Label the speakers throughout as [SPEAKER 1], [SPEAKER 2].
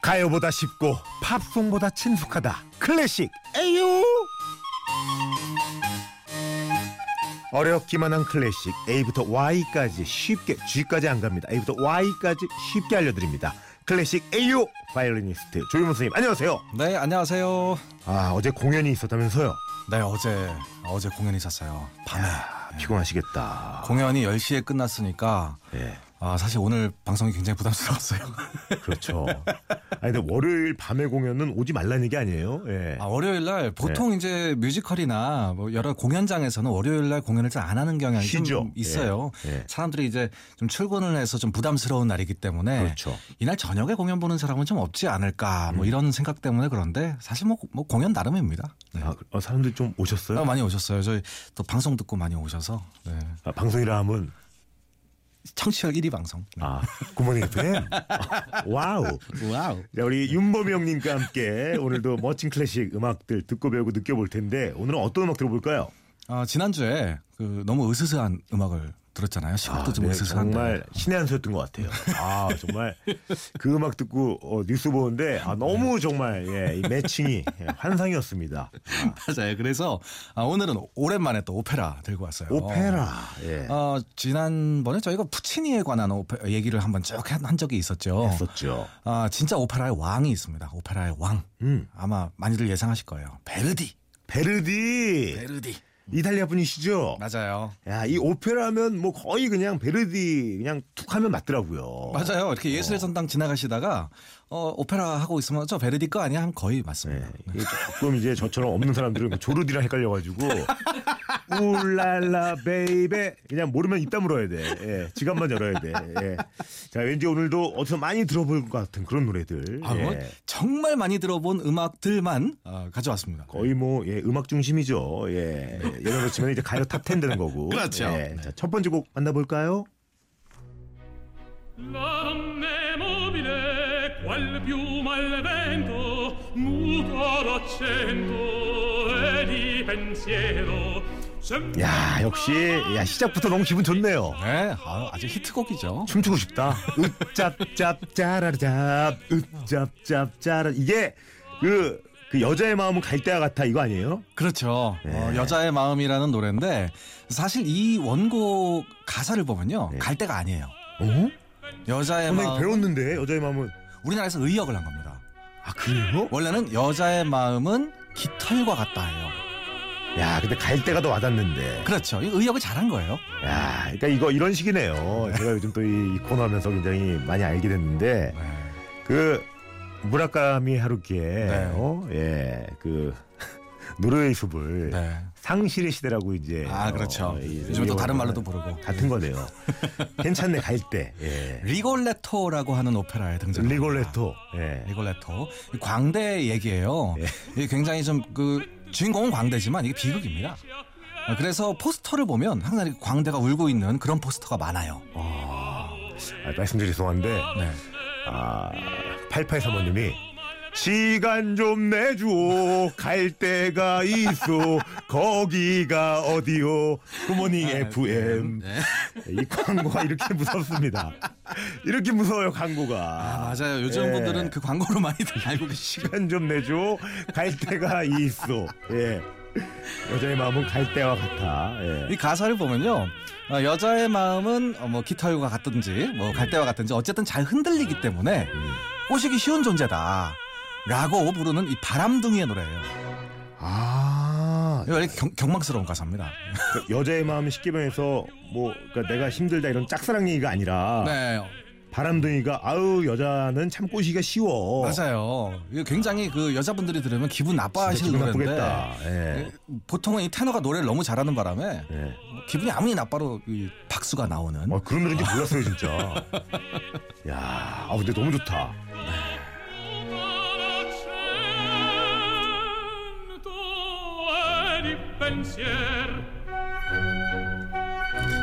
[SPEAKER 1] 가요보다 쉽고 팝송보다 친숙하다 클래식 에유 어렵기만 한 클래식 A부터 Y까지 쉽게 G까지 안 갑니다 A부터 Y까지 쉽게 알려드립니다 클래식 에유 바이올리니스트 조윤호 선생님 안녕하세요
[SPEAKER 2] 네 안녕하세요.
[SPEAKER 1] 아 어제 공연이 있었다면서요
[SPEAKER 2] 네 어제 어제 공연이 있었어요. 밤에
[SPEAKER 1] 아, 피곤하시겠다
[SPEAKER 2] 공연이 10시에 끝났으니까
[SPEAKER 1] 예
[SPEAKER 2] 아 사실 오늘 방송이 굉장히 부담스러웠어요.
[SPEAKER 1] 그렇죠 아니 근데 월요일 밤에 공연은 오지 말라는 얘기 아니에요 예
[SPEAKER 2] 아 월요일 날
[SPEAKER 1] 네.
[SPEAKER 2] 보통 이제 뮤지컬이나 뭐 여러 공연장에서는 월요일 날 공연을 잘 안 하는 경향이
[SPEAKER 1] 쉬죠.
[SPEAKER 2] 좀 있어요.
[SPEAKER 1] 예, 예.
[SPEAKER 2] 사람들이 이제 좀 출근을 해서 좀 부담스러운 날이기 때문에
[SPEAKER 1] 그렇죠. 음.
[SPEAKER 2] 이날 저녁에 공연 보는 사람은 좀 없지 않을까 뭐 이런 생각 때문에 그런데 사실 뭐, 뭐 공연 나름입니다. 네.
[SPEAKER 1] 아, 어, 사람들 좀 오셨어요?
[SPEAKER 2] 아, 많이 오셨어요. 저희 또 방송 듣고 많이 오셔서 네.
[SPEAKER 1] 아, 방송이라 하면
[SPEAKER 2] 청취율 1위 방송. 네.
[SPEAKER 1] 아 굿모닝 FM 와우
[SPEAKER 2] 와우.
[SPEAKER 1] 자, 우리 윤범이 형님과 함께 오늘도 멋진 클래식 음악들 듣고 배우고 느껴볼 텐데 오늘은 어떤 음악 들어볼까요?
[SPEAKER 2] 아, 지난주에 그 너무 으스스한 음악을 들었잖아요. 시국도 좀
[SPEAKER 1] 네,
[SPEAKER 2] 으스스한데.
[SPEAKER 1] 정말 신의 한 수였던 것 같아요. 아 정말 그 음악 듣고 어, 뉴스 보는데 아,
[SPEAKER 2] 네.
[SPEAKER 1] 너무 정말 예, 이 매칭이 예, 환상이었습니다. 아,
[SPEAKER 2] 맞아요. 그래서 아, 오늘은 오랜만에 또 오페라 들고 왔어요.
[SPEAKER 1] 오페라 예.
[SPEAKER 2] 어, 지난번에 저희가 푸치니에 관한 오페, 얘기를 한번 쭉 한 적이 있었죠.
[SPEAKER 1] 했었죠.
[SPEAKER 2] 아, 진짜 오페라의 왕이 있습니다. 오페라의 왕.
[SPEAKER 1] 음
[SPEAKER 2] 아마 많이들 예상하실 거예요. 베르디.
[SPEAKER 1] 베르디
[SPEAKER 2] 베르디.
[SPEAKER 1] 이탈리아 분이시죠?
[SPEAKER 2] 맞아요.
[SPEAKER 1] 야, 이 오페라면 뭐 거의 그냥 베르디 그냥 툭 하면 맞더라고요.
[SPEAKER 2] 맞아요.
[SPEAKER 1] 어.
[SPEAKER 2] 이렇게 예술의 전당 지나가시다가 어, 오페라 하고 있으면 저 베르디 거 아니야? 하면 거의
[SPEAKER 1] 네,
[SPEAKER 2] 맞습니다.
[SPEAKER 1] 이게 조금 이제 저처럼 없는 사람들은 뭐 조르디랑 헷갈려가지고 울랄라 베이베 그냥 모르면 입 다물어야 돼. 예, 지갑만 열어야 돼. 예. 자, 왠지 오늘도 어디서 많이 들어볼 것 같은 그런 노래들.
[SPEAKER 2] 아, 뭐
[SPEAKER 1] 예.
[SPEAKER 2] 정말 많이 들어본 음악들만 어, 가져왔습니다.
[SPEAKER 1] 거의 뭐 예, 음악 중심이죠. 예, 예를 들면 이제 가요 탑 10 되는 거고.
[SPEAKER 2] 그렇죠.
[SPEAKER 1] 예, 자, 첫 번째 곡 만나볼까요?
[SPEAKER 3] Lamme mobile, qual più malvento, muto l'accento e di pensiero. Sempre
[SPEAKER 1] 야, 역시 야 시작부터 너무 기분 좋네요.
[SPEAKER 2] 네, 아, 아주 히트곡이죠.
[SPEAKER 1] 춤추고 싶다. 으짭짭 짜라잡 으짭짭 짜라 이게 그, 그 여자의 마음은 갈대와 같아 이거 아니에요?
[SPEAKER 2] 그렇죠.
[SPEAKER 1] 네.
[SPEAKER 2] 어, 여자의 마음이라는 노래인데 사실 이 원곡 가사를 보면요 갈 데가 아니에요.
[SPEAKER 1] 어?
[SPEAKER 2] 여자의
[SPEAKER 1] 네. 선생님
[SPEAKER 2] 마음.
[SPEAKER 1] 배웠는데 여자의 마음은
[SPEAKER 2] 우리나라에서 의역을 한 겁니다.
[SPEAKER 1] 아 그래요?
[SPEAKER 2] 원래는 여자의 마음은 깃털과 같다 해요.
[SPEAKER 1] 야 근데 갈대가 더 와닿는데.
[SPEAKER 2] 그렇죠. 이 의역을 잘한 거예요.
[SPEAKER 1] 야 그러니까 이거 이런 식이네요. 제가 요즘 또 이 코너 하면서 굉장히 많이 알게 됐는데
[SPEAKER 2] 네.
[SPEAKER 1] 그 무라카미 하루키의
[SPEAKER 2] 네.
[SPEAKER 1] 어? 예그 노르웨이 숲을
[SPEAKER 2] 네.
[SPEAKER 1] 상실의 시대라고 이제
[SPEAKER 2] 아 그렇죠.
[SPEAKER 1] 어, 이-
[SPEAKER 2] 요즘 또 다른 말로도
[SPEAKER 1] 이용하는
[SPEAKER 2] 부르고
[SPEAKER 1] 같은 거네요. 괜찮네 갈 때. 예.
[SPEAKER 2] 리골레토라고 하는 오페라에 등장.
[SPEAKER 1] 리골레토. 예.
[SPEAKER 2] 리골레토 이 광대 얘기예요.
[SPEAKER 1] 네.
[SPEAKER 2] 이게 굉장히 좀 그 주인공은 광대지만 이게 비극입니다. 아, 그래서 포스터를 보면 항상 이렇게 광대가 울고 있는 그런 포스터가 많아요.
[SPEAKER 1] 아, 말씀드리 죄송한데
[SPEAKER 2] 네.
[SPEAKER 1] 아 8835님이 시간 좀 내주오 갈 데가 있어 거기가 어디요
[SPEAKER 2] 아,
[SPEAKER 1] 굿모닝 FM
[SPEAKER 2] 네.
[SPEAKER 1] 이 광고가 이렇게 무섭습니다 이렇게 무서워요 광고가
[SPEAKER 2] 아, 맞아요. 요즘
[SPEAKER 1] 예.
[SPEAKER 2] 분들은 그 광고로 많이들 알고 계시고.
[SPEAKER 1] 시간 좀 내줘 갈 데가 있어 예 여자의 마음은 갈 데와 같아 예.
[SPEAKER 2] 이 가사를 보면요. 아, 여자의 마음은 어, 뭐 깃털과 같든지 뭐 갈대와 같든지 어쨌든 잘 흔들리기 때문에 꼬시기 쉬운 존재다. 라고 부르는 이 바람둥이의 노래예요.
[SPEAKER 1] 아
[SPEAKER 2] 이거 이렇게 경, 경망스러운 가사입니다.
[SPEAKER 1] 그 여자의 마음 쉽게 변해서 뭐 그러니까 내가 힘들다 이런 짝사랑 얘기가 아니라
[SPEAKER 2] 네.
[SPEAKER 1] 바람둥이가 아우 여자는 참 꼬시기가 쉬워.
[SPEAKER 2] 맞아요. 아, 이거 굉장히 그 여자분들이 들으면 기분 나빠하시는
[SPEAKER 1] 기분
[SPEAKER 2] 노래인데
[SPEAKER 1] 나쁘겠다. 예.
[SPEAKER 2] 보통은 이 테너가 노래를 너무 잘하는 바람에
[SPEAKER 1] 예.
[SPEAKER 2] 기분이 아무리 나빠도 이 박수가 나오는
[SPEAKER 1] 아, 그런 노래인지 몰랐어요 진짜. 야, 아 근데 너무 좋다.
[SPEAKER 3] muto l'accento e di pensier.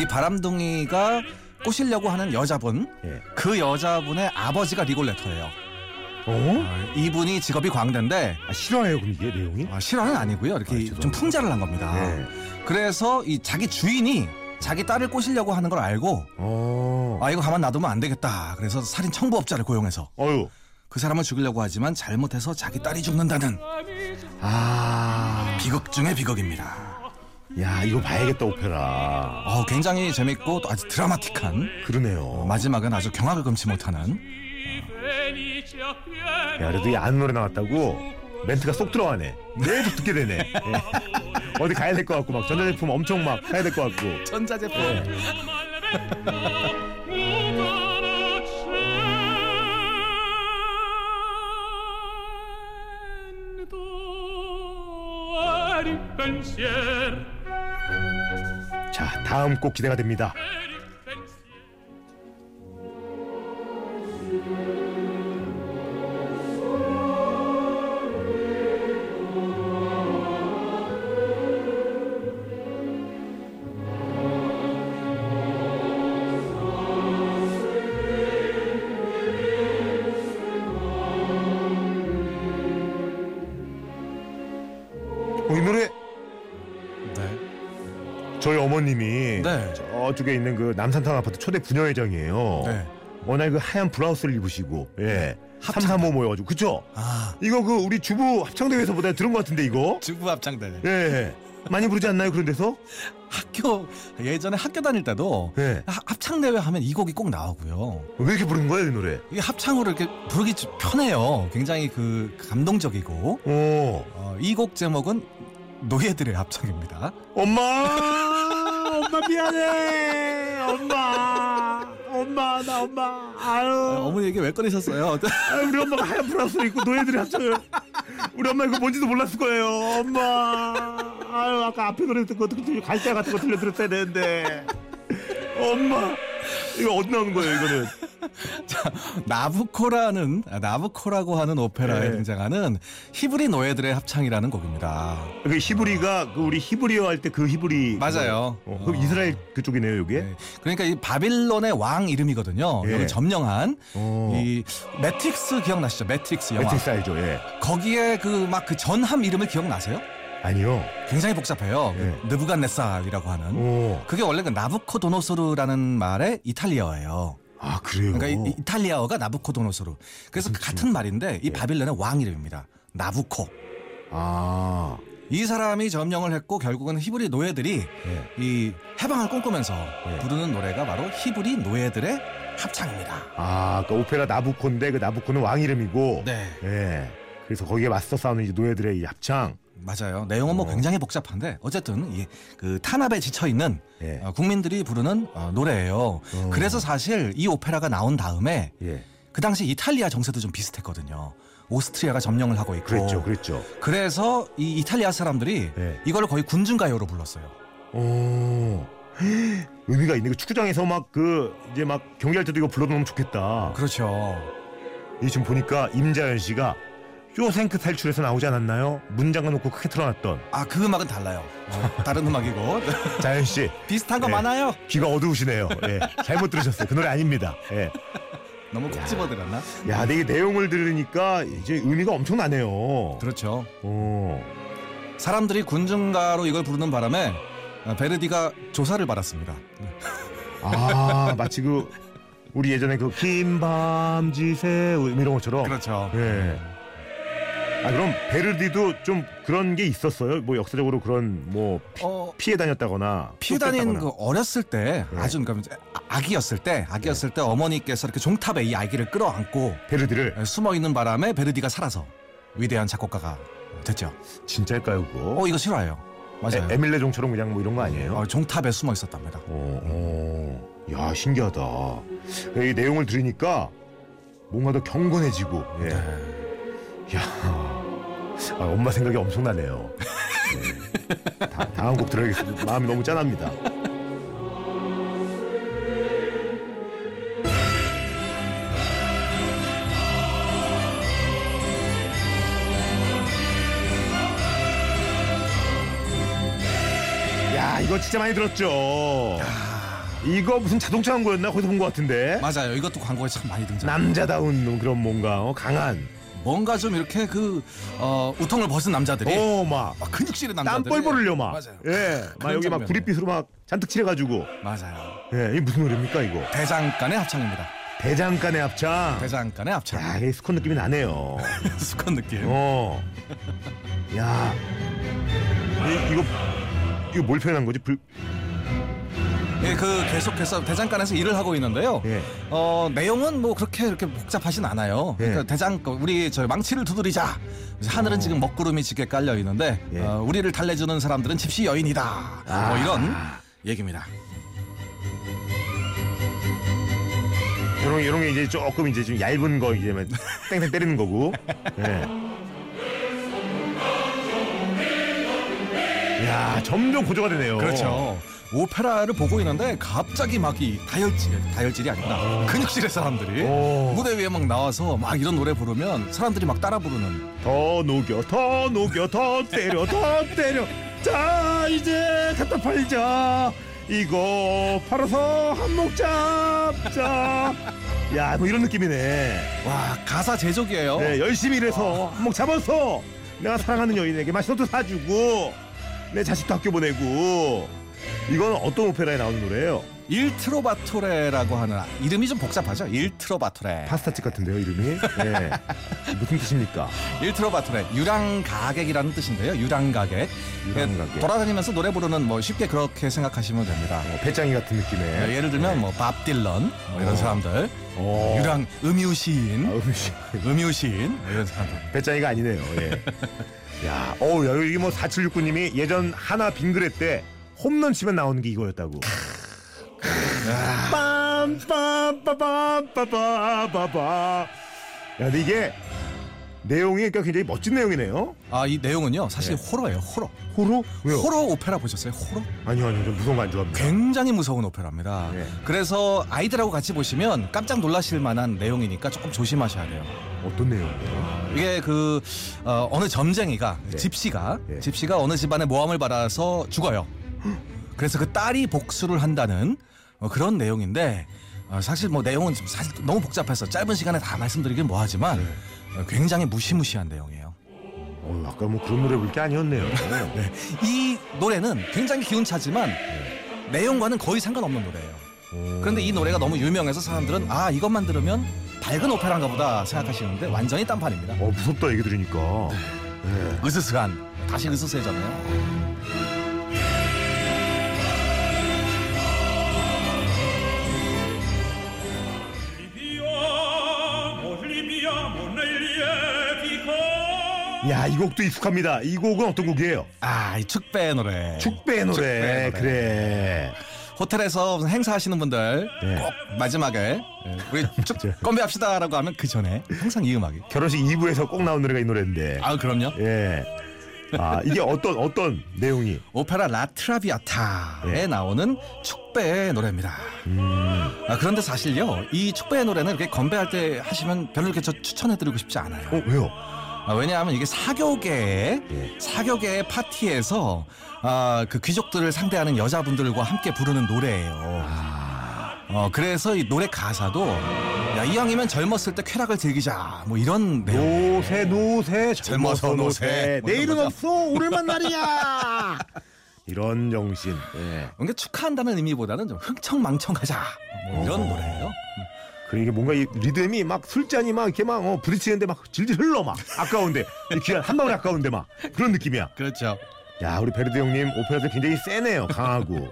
[SPEAKER 2] 이 바람둥이가 꼬시려고 하는 여자분
[SPEAKER 1] 예.
[SPEAKER 2] 그 여자분의 아버지가 리골레터예요.
[SPEAKER 1] 어?
[SPEAKER 2] 네. 이분이 직업이 광대인데
[SPEAKER 1] 아, 싫어해요 그럼 이게 내용이?
[SPEAKER 2] 아, 실화는 네. 아니고요. 이렇게
[SPEAKER 1] 아, 죄송합니다.
[SPEAKER 2] 좀 풍자를 한 겁니다. 그래서 이 자기 주인이 자기 딸을 꼬시려고 하는 걸 알고
[SPEAKER 1] 어.
[SPEAKER 2] 아 이거 가만 놔두면 안 되겠다. 그래서 살인 청부업자를 고용해서
[SPEAKER 1] 어유.
[SPEAKER 2] 그 사람을 죽이려고 하지만 잘못해서 자기 딸이 죽는다는
[SPEAKER 3] 그
[SPEAKER 1] 아,
[SPEAKER 2] 비극 중의 비극입니다.
[SPEAKER 1] 야 이거 봐야겠다 오페라.
[SPEAKER 2] 어, 굉장히 재밌고 또 아주 드라마틱한
[SPEAKER 1] 그러네요.
[SPEAKER 2] 마지막은 아주 경악을 금치 못하는
[SPEAKER 3] felici appieno
[SPEAKER 1] 야, 그래도 이 안 노래 나왔다고 멘트가 쏙 들어가네. 계속 듣게 되네. 예. 어디 가야 될 것 같고 막 전자제품 엄청 막 가야 될 것 같고.
[SPEAKER 2] 전자제품
[SPEAKER 3] piuma al vento mutano cento a ripensier
[SPEAKER 1] 자 다음 곡 기대가 됩니다.
[SPEAKER 3] e ripensier
[SPEAKER 1] 어, 이 노래
[SPEAKER 2] 네.
[SPEAKER 1] 저희 어머님이
[SPEAKER 2] 네.
[SPEAKER 1] 저쪽에 있는 그 남산타운 아파트 초대 부녀회장이에요.
[SPEAKER 2] 네.
[SPEAKER 1] 워낙 그 하얀 브라우스를 입으시고 예. 335 모여가지고 그쵸?
[SPEAKER 2] 아
[SPEAKER 1] 이거 그 우리 주부 합창대회에서 보다 들은 것 같은데 이거?
[SPEAKER 2] 주부 합창단
[SPEAKER 1] 예, 예. 많이 부르지 않나요 그런 데서?
[SPEAKER 2] 학교 예전에 학교 다닐 때도
[SPEAKER 1] 예.
[SPEAKER 2] 하- 합창 대회 하면 이 곡이 꼭 나오고요.
[SPEAKER 1] 왜 이렇게 부르는 거야 이 노래?
[SPEAKER 2] 이게 합창으로 이렇게 부르기 좀 편해요. 굉장히 그 감동적이고 어,
[SPEAKER 1] 오
[SPEAKER 2] 이 곡 제목은 노예들의 합창입니다.
[SPEAKER 1] 엄마 엄마 미안해 엄마 엄마 나 엄마
[SPEAKER 2] 아,
[SPEAKER 1] 아유
[SPEAKER 2] 어머니 얘기 왜 꺼내셨어요?
[SPEAKER 1] 아유, 우리 엄마가 하얀 브라우스 입고 노예들이 합창을 우리 엄마 이거 뭔지도 몰랐을 거예요 엄마 아유 아까 앞에 노래 듣고 어떻게 갈대 같은 거 들려드렸어야 되는데 엄마 이거 어디 나오는 거예요 이거는
[SPEAKER 2] 나부코라는 아, 나부코라고 하는 오페라에
[SPEAKER 1] 네.
[SPEAKER 2] 등장하는 히브리 노예들의 합창이라는 곡입니다.
[SPEAKER 1] 그 히브리가 그 우리 히브리어 할 때 그 히브리
[SPEAKER 2] 맞아요.
[SPEAKER 1] 그거. 어, 그럼
[SPEAKER 2] 어.
[SPEAKER 1] 이스라엘 그쪽이네요 여기에
[SPEAKER 2] 네. 그러니까 이 바빌론의 왕 이름이거든요.
[SPEAKER 1] 예.
[SPEAKER 2] 여기 점령한
[SPEAKER 1] 어.
[SPEAKER 2] 이 매트릭스 기억나시죠? 매트릭스 영화.
[SPEAKER 1] 매트릭스 알죠 예
[SPEAKER 2] 거기에 그 막 그 전함 이름을 기억나세요?
[SPEAKER 1] 아니요
[SPEAKER 2] 굉장히 복잡해요.
[SPEAKER 1] 예.
[SPEAKER 2] 그 느부갓네살이라고 하는.
[SPEAKER 1] 오.
[SPEAKER 2] 그게 원래 그 나부코도노소르라는 말의 이탈리아어예요.
[SPEAKER 1] 아 그래요
[SPEAKER 2] 그러니까 이, 탈리아어가 나부코도노소르. 그래서 그 같은 말인데 이 바빌론의 왕 이름입니다. 나부코.
[SPEAKER 1] 아
[SPEAKER 2] 이 사람이 점령을 했고 결국은 히브리 노예들이
[SPEAKER 1] 예.
[SPEAKER 2] 이 해방을 꿈꾸면서
[SPEAKER 1] 예.
[SPEAKER 2] 부르는 노래가 바로 히브리 노예들의 합창입니다.
[SPEAKER 1] 아, 그 오페라 나부코인데 그 나부코는 왕 이름이고.
[SPEAKER 2] 네,
[SPEAKER 1] 예. 그래서 거기에 맞서 싸우는 이제 노예들의 이 합창.
[SPEAKER 2] 맞아요. 내용은 뭐
[SPEAKER 1] 어.
[SPEAKER 2] 굉장히 복잡한데 어쨌든 이 그 탄압에 지쳐 있는
[SPEAKER 1] 예.
[SPEAKER 2] 어, 국민들이 부르는 어, 노래예요.
[SPEAKER 1] 어.
[SPEAKER 2] 그래서 사실 이 오페라가 나온 다음에
[SPEAKER 1] 예.
[SPEAKER 2] 그 당시 이탈리아 정세도 좀 비슷했거든요. 오스트리아가 점령을 하고 있고
[SPEAKER 1] 그랬죠. 그랬죠.
[SPEAKER 2] 래서이 이탈리아 사람들이
[SPEAKER 1] 예.
[SPEAKER 2] 이걸 거의 군중 가요로 불렀어요.
[SPEAKER 1] 오. 의미가 있네. 그 축구장에서 막 그 이제 막 경기할 때도 이거 불러놓으면 좋겠다.
[SPEAKER 2] 그렇죠.
[SPEAKER 1] 이 지금 보니까 임자연 씨가 쇼생크 탈출에서 나오지 않았나요? 문 잠가놓고 크게 틀어놨던
[SPEAKER 2] 아 그 음악은 달라요. 어, 다른 음악이고
[SPEAKER 1] 자연 씨
[SPEAKER 2] 비슷한 거
[SPEAKER 1] 네.
[SPEAKER 2] 많아요.
[SPEAKER 1] 귀가 어두우시네요. 예, 잘못 들으셨어요. 그 노래 아닙니다. 예.
[SPEAKER 2] 너무 콕 집어들었나?
[SPEAKER 1] 야, 되게 내용을 들으니까 이제 의미가 엄청나네요.
[SPEAKER 2] 그렇죠.
[SPEAKER 1] 어.
[SPEAKER 2] 사람들이 군중가로 이걸 부르는 바람에 아, 베르디가 조사를 받았습니다.
[SPEAKER 1] 어. 아 마치 그 우리 예전에 그 긴 밤 지새우 이런 것처럼
[SPEAKER 2] 그렇죠.
[SPEAKER 1] 예. 아 그럼 베르디도 좀 그런 게 있었어요 뭐 역사적으로 그런 뭐 피,
[SPEAKER 2] 어,
[SPEAKER 1] 피해 다녔다거나
[SPEAKER 2] 피해 다닌
[SPEAKER 1] 쫓겼다거나.
[SPEAKER 2] 그 어렸을 때
[SPEAKER 1] 네.
[SPEAKER 2] 아주 그러니까 아기였을 때 아기였을 때 어머니께서 이렇게 종탑에 이 아기를 끌어안고 예,
[SPEAKER 1] 베르디를
[SPEAKER 2] 숨어 있는 바람에 베르디가 살아서 위대한 작곡가가 됐죠.
[SPEAKER 1] 진짜일까요 그거
[SPEAKER 2] 어 이거 실화예요. 맞아요.
[SPEAKER 1] 에, 밀레 종처럼 그냥 뭐 이런 거 아니에요
[SPEAKER 2] 어, 종탑에 숨어 있었답니다.
[SPEAKER 1] 어, 어. 야 신기하다 이 내용을 들으니까 뭔가 더 경건해지고 예. 야 아, 엄마 생각이 엄청나네요 예. 다, 다음 곡 들어야겠습니다 마음이 너무 짠합니다 야 이거 진짜 많이 들었죠 이거 무슨 자동차 광고였나 거기서 본 것 같은데
[SPEAKER 2] 맞아요. 이것도 광고에 참 많이 등장.
[SPEAKER 1] 남자다운 그런 뭔가 어, 강한
[SPEAKER 2] 뭔가 좀 이렇게 그 어, 우통을 벗은 남자들이
[SPEAKER 1] 어막
[SPEAKER 2] 막 근육질의 남자들이
[SPEAKER 1] 땀 뻘뻘흘려 막.
[SPEAKER 2] 맞아요.
[SPEAKER 1] 예. 막
[SPEAKER 2] 그런
[SPEAKER 1] 여기 막
[SPEAKER 2] 장면이에요.
[SPEAKER 1] 구릿빛으로 막 잔뜩 칠해가지고.
[SPEAKER 2] 맞아요.
[SPEAKER 1] 예. 이게 무슨 노래입니까 이거?
[SPEAKER 2] 대장간의 합창입니다.
[SPEAKER 1] 대장간의 합창.
[SPEAKER 2] 대장간의 합창
[SPEAKER 1] 야, 이 스콘 느낌이 나네요.
[SPEAKER 2] 수컷 느낌
[SPEAKER 1] 어. 야. 이, 이거 이거 뭘 표현한 거지? 불,
[SPEAKER 2] 예, 그 계속해서 대장간에서 일을 하고 있는데요.
[SPEAKER 1] 예.
[SPEAKER 2] 어 내용은 뭐 그렇게 이렇게 복잡하진 않아요.
[SPEAKER 1] 예. 어.
[SPEAKER 2] 그러니까 대장 우리 저 망치를 두드리자. 그래서 하늘은 지금 먹구름이 짙게 깔려 있는데
[SPEAKER 1] 예. 아.
[SPEAKER 2] 어, 우리를 달래주는 사람들은 집시 여인이다. 뭐 이런 얘기입니다.
[SPEAKER 1] 이런 이런 게 이제 조금 이제 좀 얇은 거 이제 막 땡땡 때리는 거고. 예. 야 점점 고조가 되네요.
[SPEAKER 2] 그렇죠. 오페라를 보고 있는데 갑자기 막 이 다혈질 다혈질이
[SPEAKER 1] 어.
[SPEAKER 2] 아니라 근육질의 사람들이
[SPEAKER 1] 오.
[SPEAKER 2] 무대 위에 막 나와서 막 이런 노래 부르면 사람들이 막 따라 부르는
[SPEAKER 1] 더 녹여 더 녹여 더 때려 더 때려. 자 이제 갖다 팔자. 이거 팔아서 한몫 잡자. 야 뭐 이런 느낌이네.
[SPEAKER 2] 와 가사 제조기예요.
[SPEAKER 1] 네, 열심히 일해서 한몫 잡아서 내가 사랑하는 여인에게 맛있어도 사주고 내 자식도 학교 보내고 이건 어떤 오페라에 나오는 노래예요?
[SPEAKER 2] 일트로바토레라고 하는 아- 이름이 좀 복잡하죠. 일트로바토레.
[SPEAKER 1] 파스타집 같은데요 이름이? 예. 무슨 뜻입니까?
[SPEAKER 2] 일트로바토레 유랑 가객이라는 뜻인데요. 유랑 가객.
[SPEAKER 1] 유랑
[SPEAKER 2] 예,
[SPEAKER 1] 가객.
[SPEAKER 2] 돌아다니면서 노래 부르는 뭐 쉽게 그렇게 생각하시면 됩니다.
[SPEAKER 1] 어, 배짱이 같은 느낌의
[SPEAKER 2] 예, 예를 들면 뭐 밥 딜런 뭐 이런
[SPEAKER 1] 네. 어.
[SPEAKER 2] 사람들,
[SPEAKER 1] 어.
[SPEAKER 2] 유랑 음유
[SPEAKER 1] 아,
[SPEAKER 2] 시인,
[SPEAKER 1] 음식.
[SPEAKER 2] 음유 시인 뭐 이런 사람들.
[SPEAKER 1] 배짱이가 아니네요. 예. 야, 어우, 야, 여기 뭐 4769님이 예전 하나 빙그레 때 홈런 치면 나오는 게 이거였다고. 빰빰빠밤빠밤빠바바바. 야, 근데 이게 내용이 그러니까 굉장히 멋진 내용이네요.
[SPEAKER 2] 아이 내용은요 사실 호러예요 호러.
[SPEAKER 1] 호로? 네. 왜요?
[SPEAKER 2] 호러 오페라 보셨어요? 호러?
[SPEAKER 1] 아니요, 아니요, 좀 무서운 거 안 좋아합니다.
[SPEAKER 2] 굉장히 무서운 오페라입니다.
[SPEAKER 1] 예.
[SPEAKER 2] 그래서 아이들하고 같이 보시면 깜짝 놀라실 만한 내용이니까 조금 조심하셔야 돼요.
[SPEAKER 1] 어떤 내용이에요?
[SPEAKER 2] 이게 그 어, 느 점쟁이가 집시가
[SPEAKER 1] 예.
[SPEAKER 2] 집시가 어느 집안의 모함을 받아서 죽어요. 그래서 그 딸이 복수를 한다는 어, 그런 내용인데 어, 사실 뭐 내용은 좀 사실 너무 복잡해서 짧은 시간에 다 말씀드리긴 뭐하지만
[SPEAKER 1] 예.
[SPEAKER 2] 어, 굉장히 무시무시한 내용이에요.
[SPEAKER 1] 어, 아까 뭐 그런 노래 부를 게 아니었네요.
[SPEAKER 2] 이 노래는 굉장히 기운차지만
[SPEAKER 1] 예.
[SPEAKER 2] 내용과는 거의 상관없는 노래예요.
[SPEAKER 1] 어.
[SPEAKER 2] 그런데 이 노래가 너무 유명해서 사람들은 아 이것만 들으면 밝은 오페라인가 보다 생각하시는데 완전히 딴판입니다.
[SPEAKER 1] 어, 무섭다 얘기 들으니까. 예.
[SPEAKER 2] 으스스한 다시 으스스해졌네요.
[SPEAKER 3] Viviamo, viviamo nei lieti cori.
[SPEAKER 1] 야, 이 곡도 익숙합니다. 이 곡은 어떤 곡이에요?
[SPEAKER 2] 아, 이 축배 노래.
[SPEAKER 1] 축배 노래.
[SPEAKER 2] 축배 노래.
[SPEAKER 1] 그래.
[SPEAKER 2] 호텔에서 무슨 행사하시는 분들
[SPEAKER 1] 네.
[SPEAKER 2] 꼭 마지막에 예, 우리 축 건배합시다라고 하면 그 전에 항상 이 음악이.
[SPEAKER 1] 결혼식 2부에서 꼭 나온 노래가 이 노래인데.
[SPEAKER 2] 아, 그럼요.
[SPEAKER 1] 예. 아, 이게 어떤 어떤 내용이?
[SPEAKER 2] 오페라 라트라비아타에
[SPEAKER 1] 네.
[SPEAKER 2] 나오는 축배의 노래입니다.
[SPEAKER 1] 음.
[SPEAKER 2] 아, 그런데 사실요, 이 축배의 노래는 이렇게 건배할 때 하시면 별로 이렇게 저 추천해드리고 싶지 않아요.
[SPEAKER 1] 어, 왜요?
[SPEAKER 2] 아, 왜냐하면 이게 사교계
[SPEAKER 1] 예.
[SPEAKER 2] 사교계 파티에서 아, 그 귀족들을 상대하는 여자분들과 함께 부르는 노래예요.
[SPEAKER 1] 아.
[SPEAKER 2] 어, 그래서 이 노래 가사도 야, 이왕이면 젊었을 때 쾌락을 즐기자 뭐 이런 내용.
[SPEAKER 1] 노세 노세
[SPEAKER 2] 젊어서 노세. 뭐 이런
[SPEAKER 1] 내일은
[SPEAKER 2] 거죠.
[SPEAKER 1] 없어 오늘만 날이야. 이런 정신. 예.
[SPEAKER 2] 이게 축하한다는 의미보다는 좀 흥청망청하자 뭐 이런
[SPEAKER 1] 어.
[SPEAKER 2] 노래예요.
[SPEAKER 1] 그리고 이게 뭔가 이 리듬이 막 술잔이 막 이렇게 막 어, 부딪히는데 막 질질 흘러 막 아까운데 이 귀한 한 방울 아까운데 막 그런 느낌이야.
[SPEAKER 2] 그렇죠.
[SPEAKER 1] 야 우리 베르디 형님 오페라도 굉장히 세네요 강하고.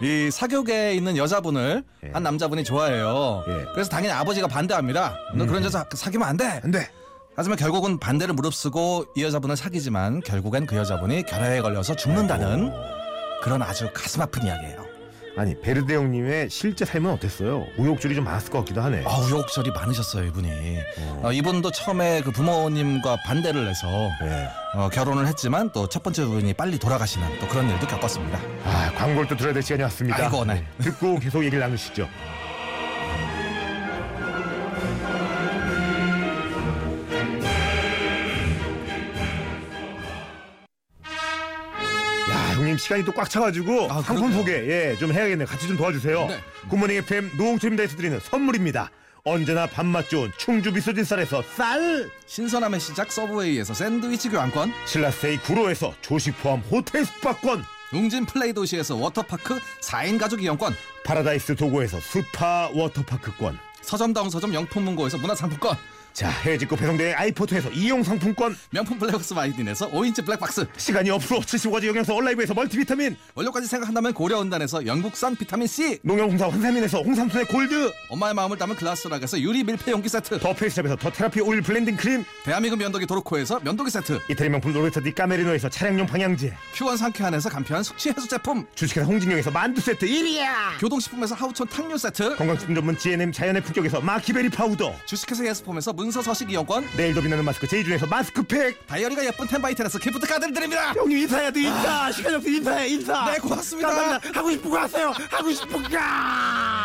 [SPEAKER 2] 이 사교계에 있는 여자분을
[SPEAKER 1] 예.
[SPEAKER 2] 한 남자분이 좋아해요.
[SPEAKER 1] 예. 음.
[SPEAKER 2] 그래서 당연히 아버지가 반대합니다. 너 그런 여자 사귀면 안 돼.
[SPEAKER 1] 안돼.
[SPEAKER 2] 하지만 결국은 반대를 무릅쓰고 이 여자분을 사귀지만 결국엔 그 여자분이 결핵에 걸려서 죽는다는 그런 아주 가슴 아픈 이야기예요.
[SPEAKER 1] 어. 아니 베르데 형님의 실제 삶은 어땠어요? 우욕줄이 좀 많았을 것 같기도 하네.
[SPEAKER 2] 아, 우여곡절이 많으셨어요 이분이. 어, 이분도 처음에 그 부모님과 반대를 해서
[SPEAKER 1] 네.
[SPEAKER 2] 어, 결혼을 했지만 또 첫 번째 부인이 빨리 돌아가시는 또 그런 일도 겪었습니다.
[SPEAKER 1] 아 광고를 또 들어야 될 시간이 왔습니다.
[SPEAKER 2] 아이고, 네.
[SPEAKER 1] 듣고 계속 얘기를 나누시죠. 야 형님 시간이 또 꽉 차가지고
[SPEAKER 2] 아,
[SPEAKER 1] 상품
[SPEAKER 2] 그러게요.
[SPEAKER 1] 소개 예 좀 해야겠네요. 같이 좀 도와주세요.
[SPEAKER 2] 네.
[SPEAKER 1] 굿모닝 FM 노홍철입니다에서 드리는 선물입니다. 언제나 밥맛 좋은 충주 미소진 쌀에서 쌀.
[SPEAKER 2] 신선함의 시작 서브웨이에서 샌드위치 교환권,
[SPEAKER 1] 신라스테이 구로에서 조식 포함 호텔 숙박권
[SPEAKER 2] 웅진 플레이 도시에서 워터파크 4인 가족 이용권,
[SPEAKER 1] 파라다이스 도고에서 스파 워터파크권
[SPEAKER 2] 서점다운 서점 영품문고에서 문화상품권
[SPEAKER 1] 자 해외 직구 배송대행 아이포트에서 이용 상품권
[SPEAKER 2] 명품 블랙박스 마이딘에서 5인치 블랙박스
[SPEAKER 1] 시간이 없어 75가지 영양소 얼라이브에서 멀티비타민
[SPEAKER 2] 원료까지 생각한다면 고려온단에서 영국산 비타민C
[SPEAKER 1] 농협홍사 환삼인에서 홍삼순의 골드
[SPEAKER 2] 엄마의 마음을 담은 글라스락에서 유리 밀폐 용기 세트
[SPEAKER 1] 더 페이스샵에서 더 테라피 오일 블렌딩 크림
[SPEAKER 2] 대한민국 면도기 도로코에서 면도기 세트
[SPEAKER 1] 이태리 명품 로레터 디 까메리노에서 차량용 방향제
[SPEAKER 2] 퓨원 상쾌한에서 간편한 숙취 해소 제품
[SPEAKER 1] 주식회사 홍진영에서 만두 세트 1위야
[SPEAKER 2] 교동식품에서 하우촌 탕류 세트
[SPEAKER 1] 건강식품 전문 GNM 자연의 품격에서 마키베리 파우더
[SPEAKER 2] 주식회사 예스폼에서 문서 서식 이용권
[SPEAKER 1] 내일도 빛나는 마스크 제이준에서 마스크팩
[SPEAKER 2] 다이어리가 예쁜 텐바이텔에서 기프트 카드를 드립니다
[SPEAKER 1] 형님 인사해야 돼 인사 시간이 없어 인사해 인사
[SPEAKER 2] 네, 고맙습니다.
[SPEAKER 1] 감사합니다. 하고 싶은 거 하세요 하고 싶은 거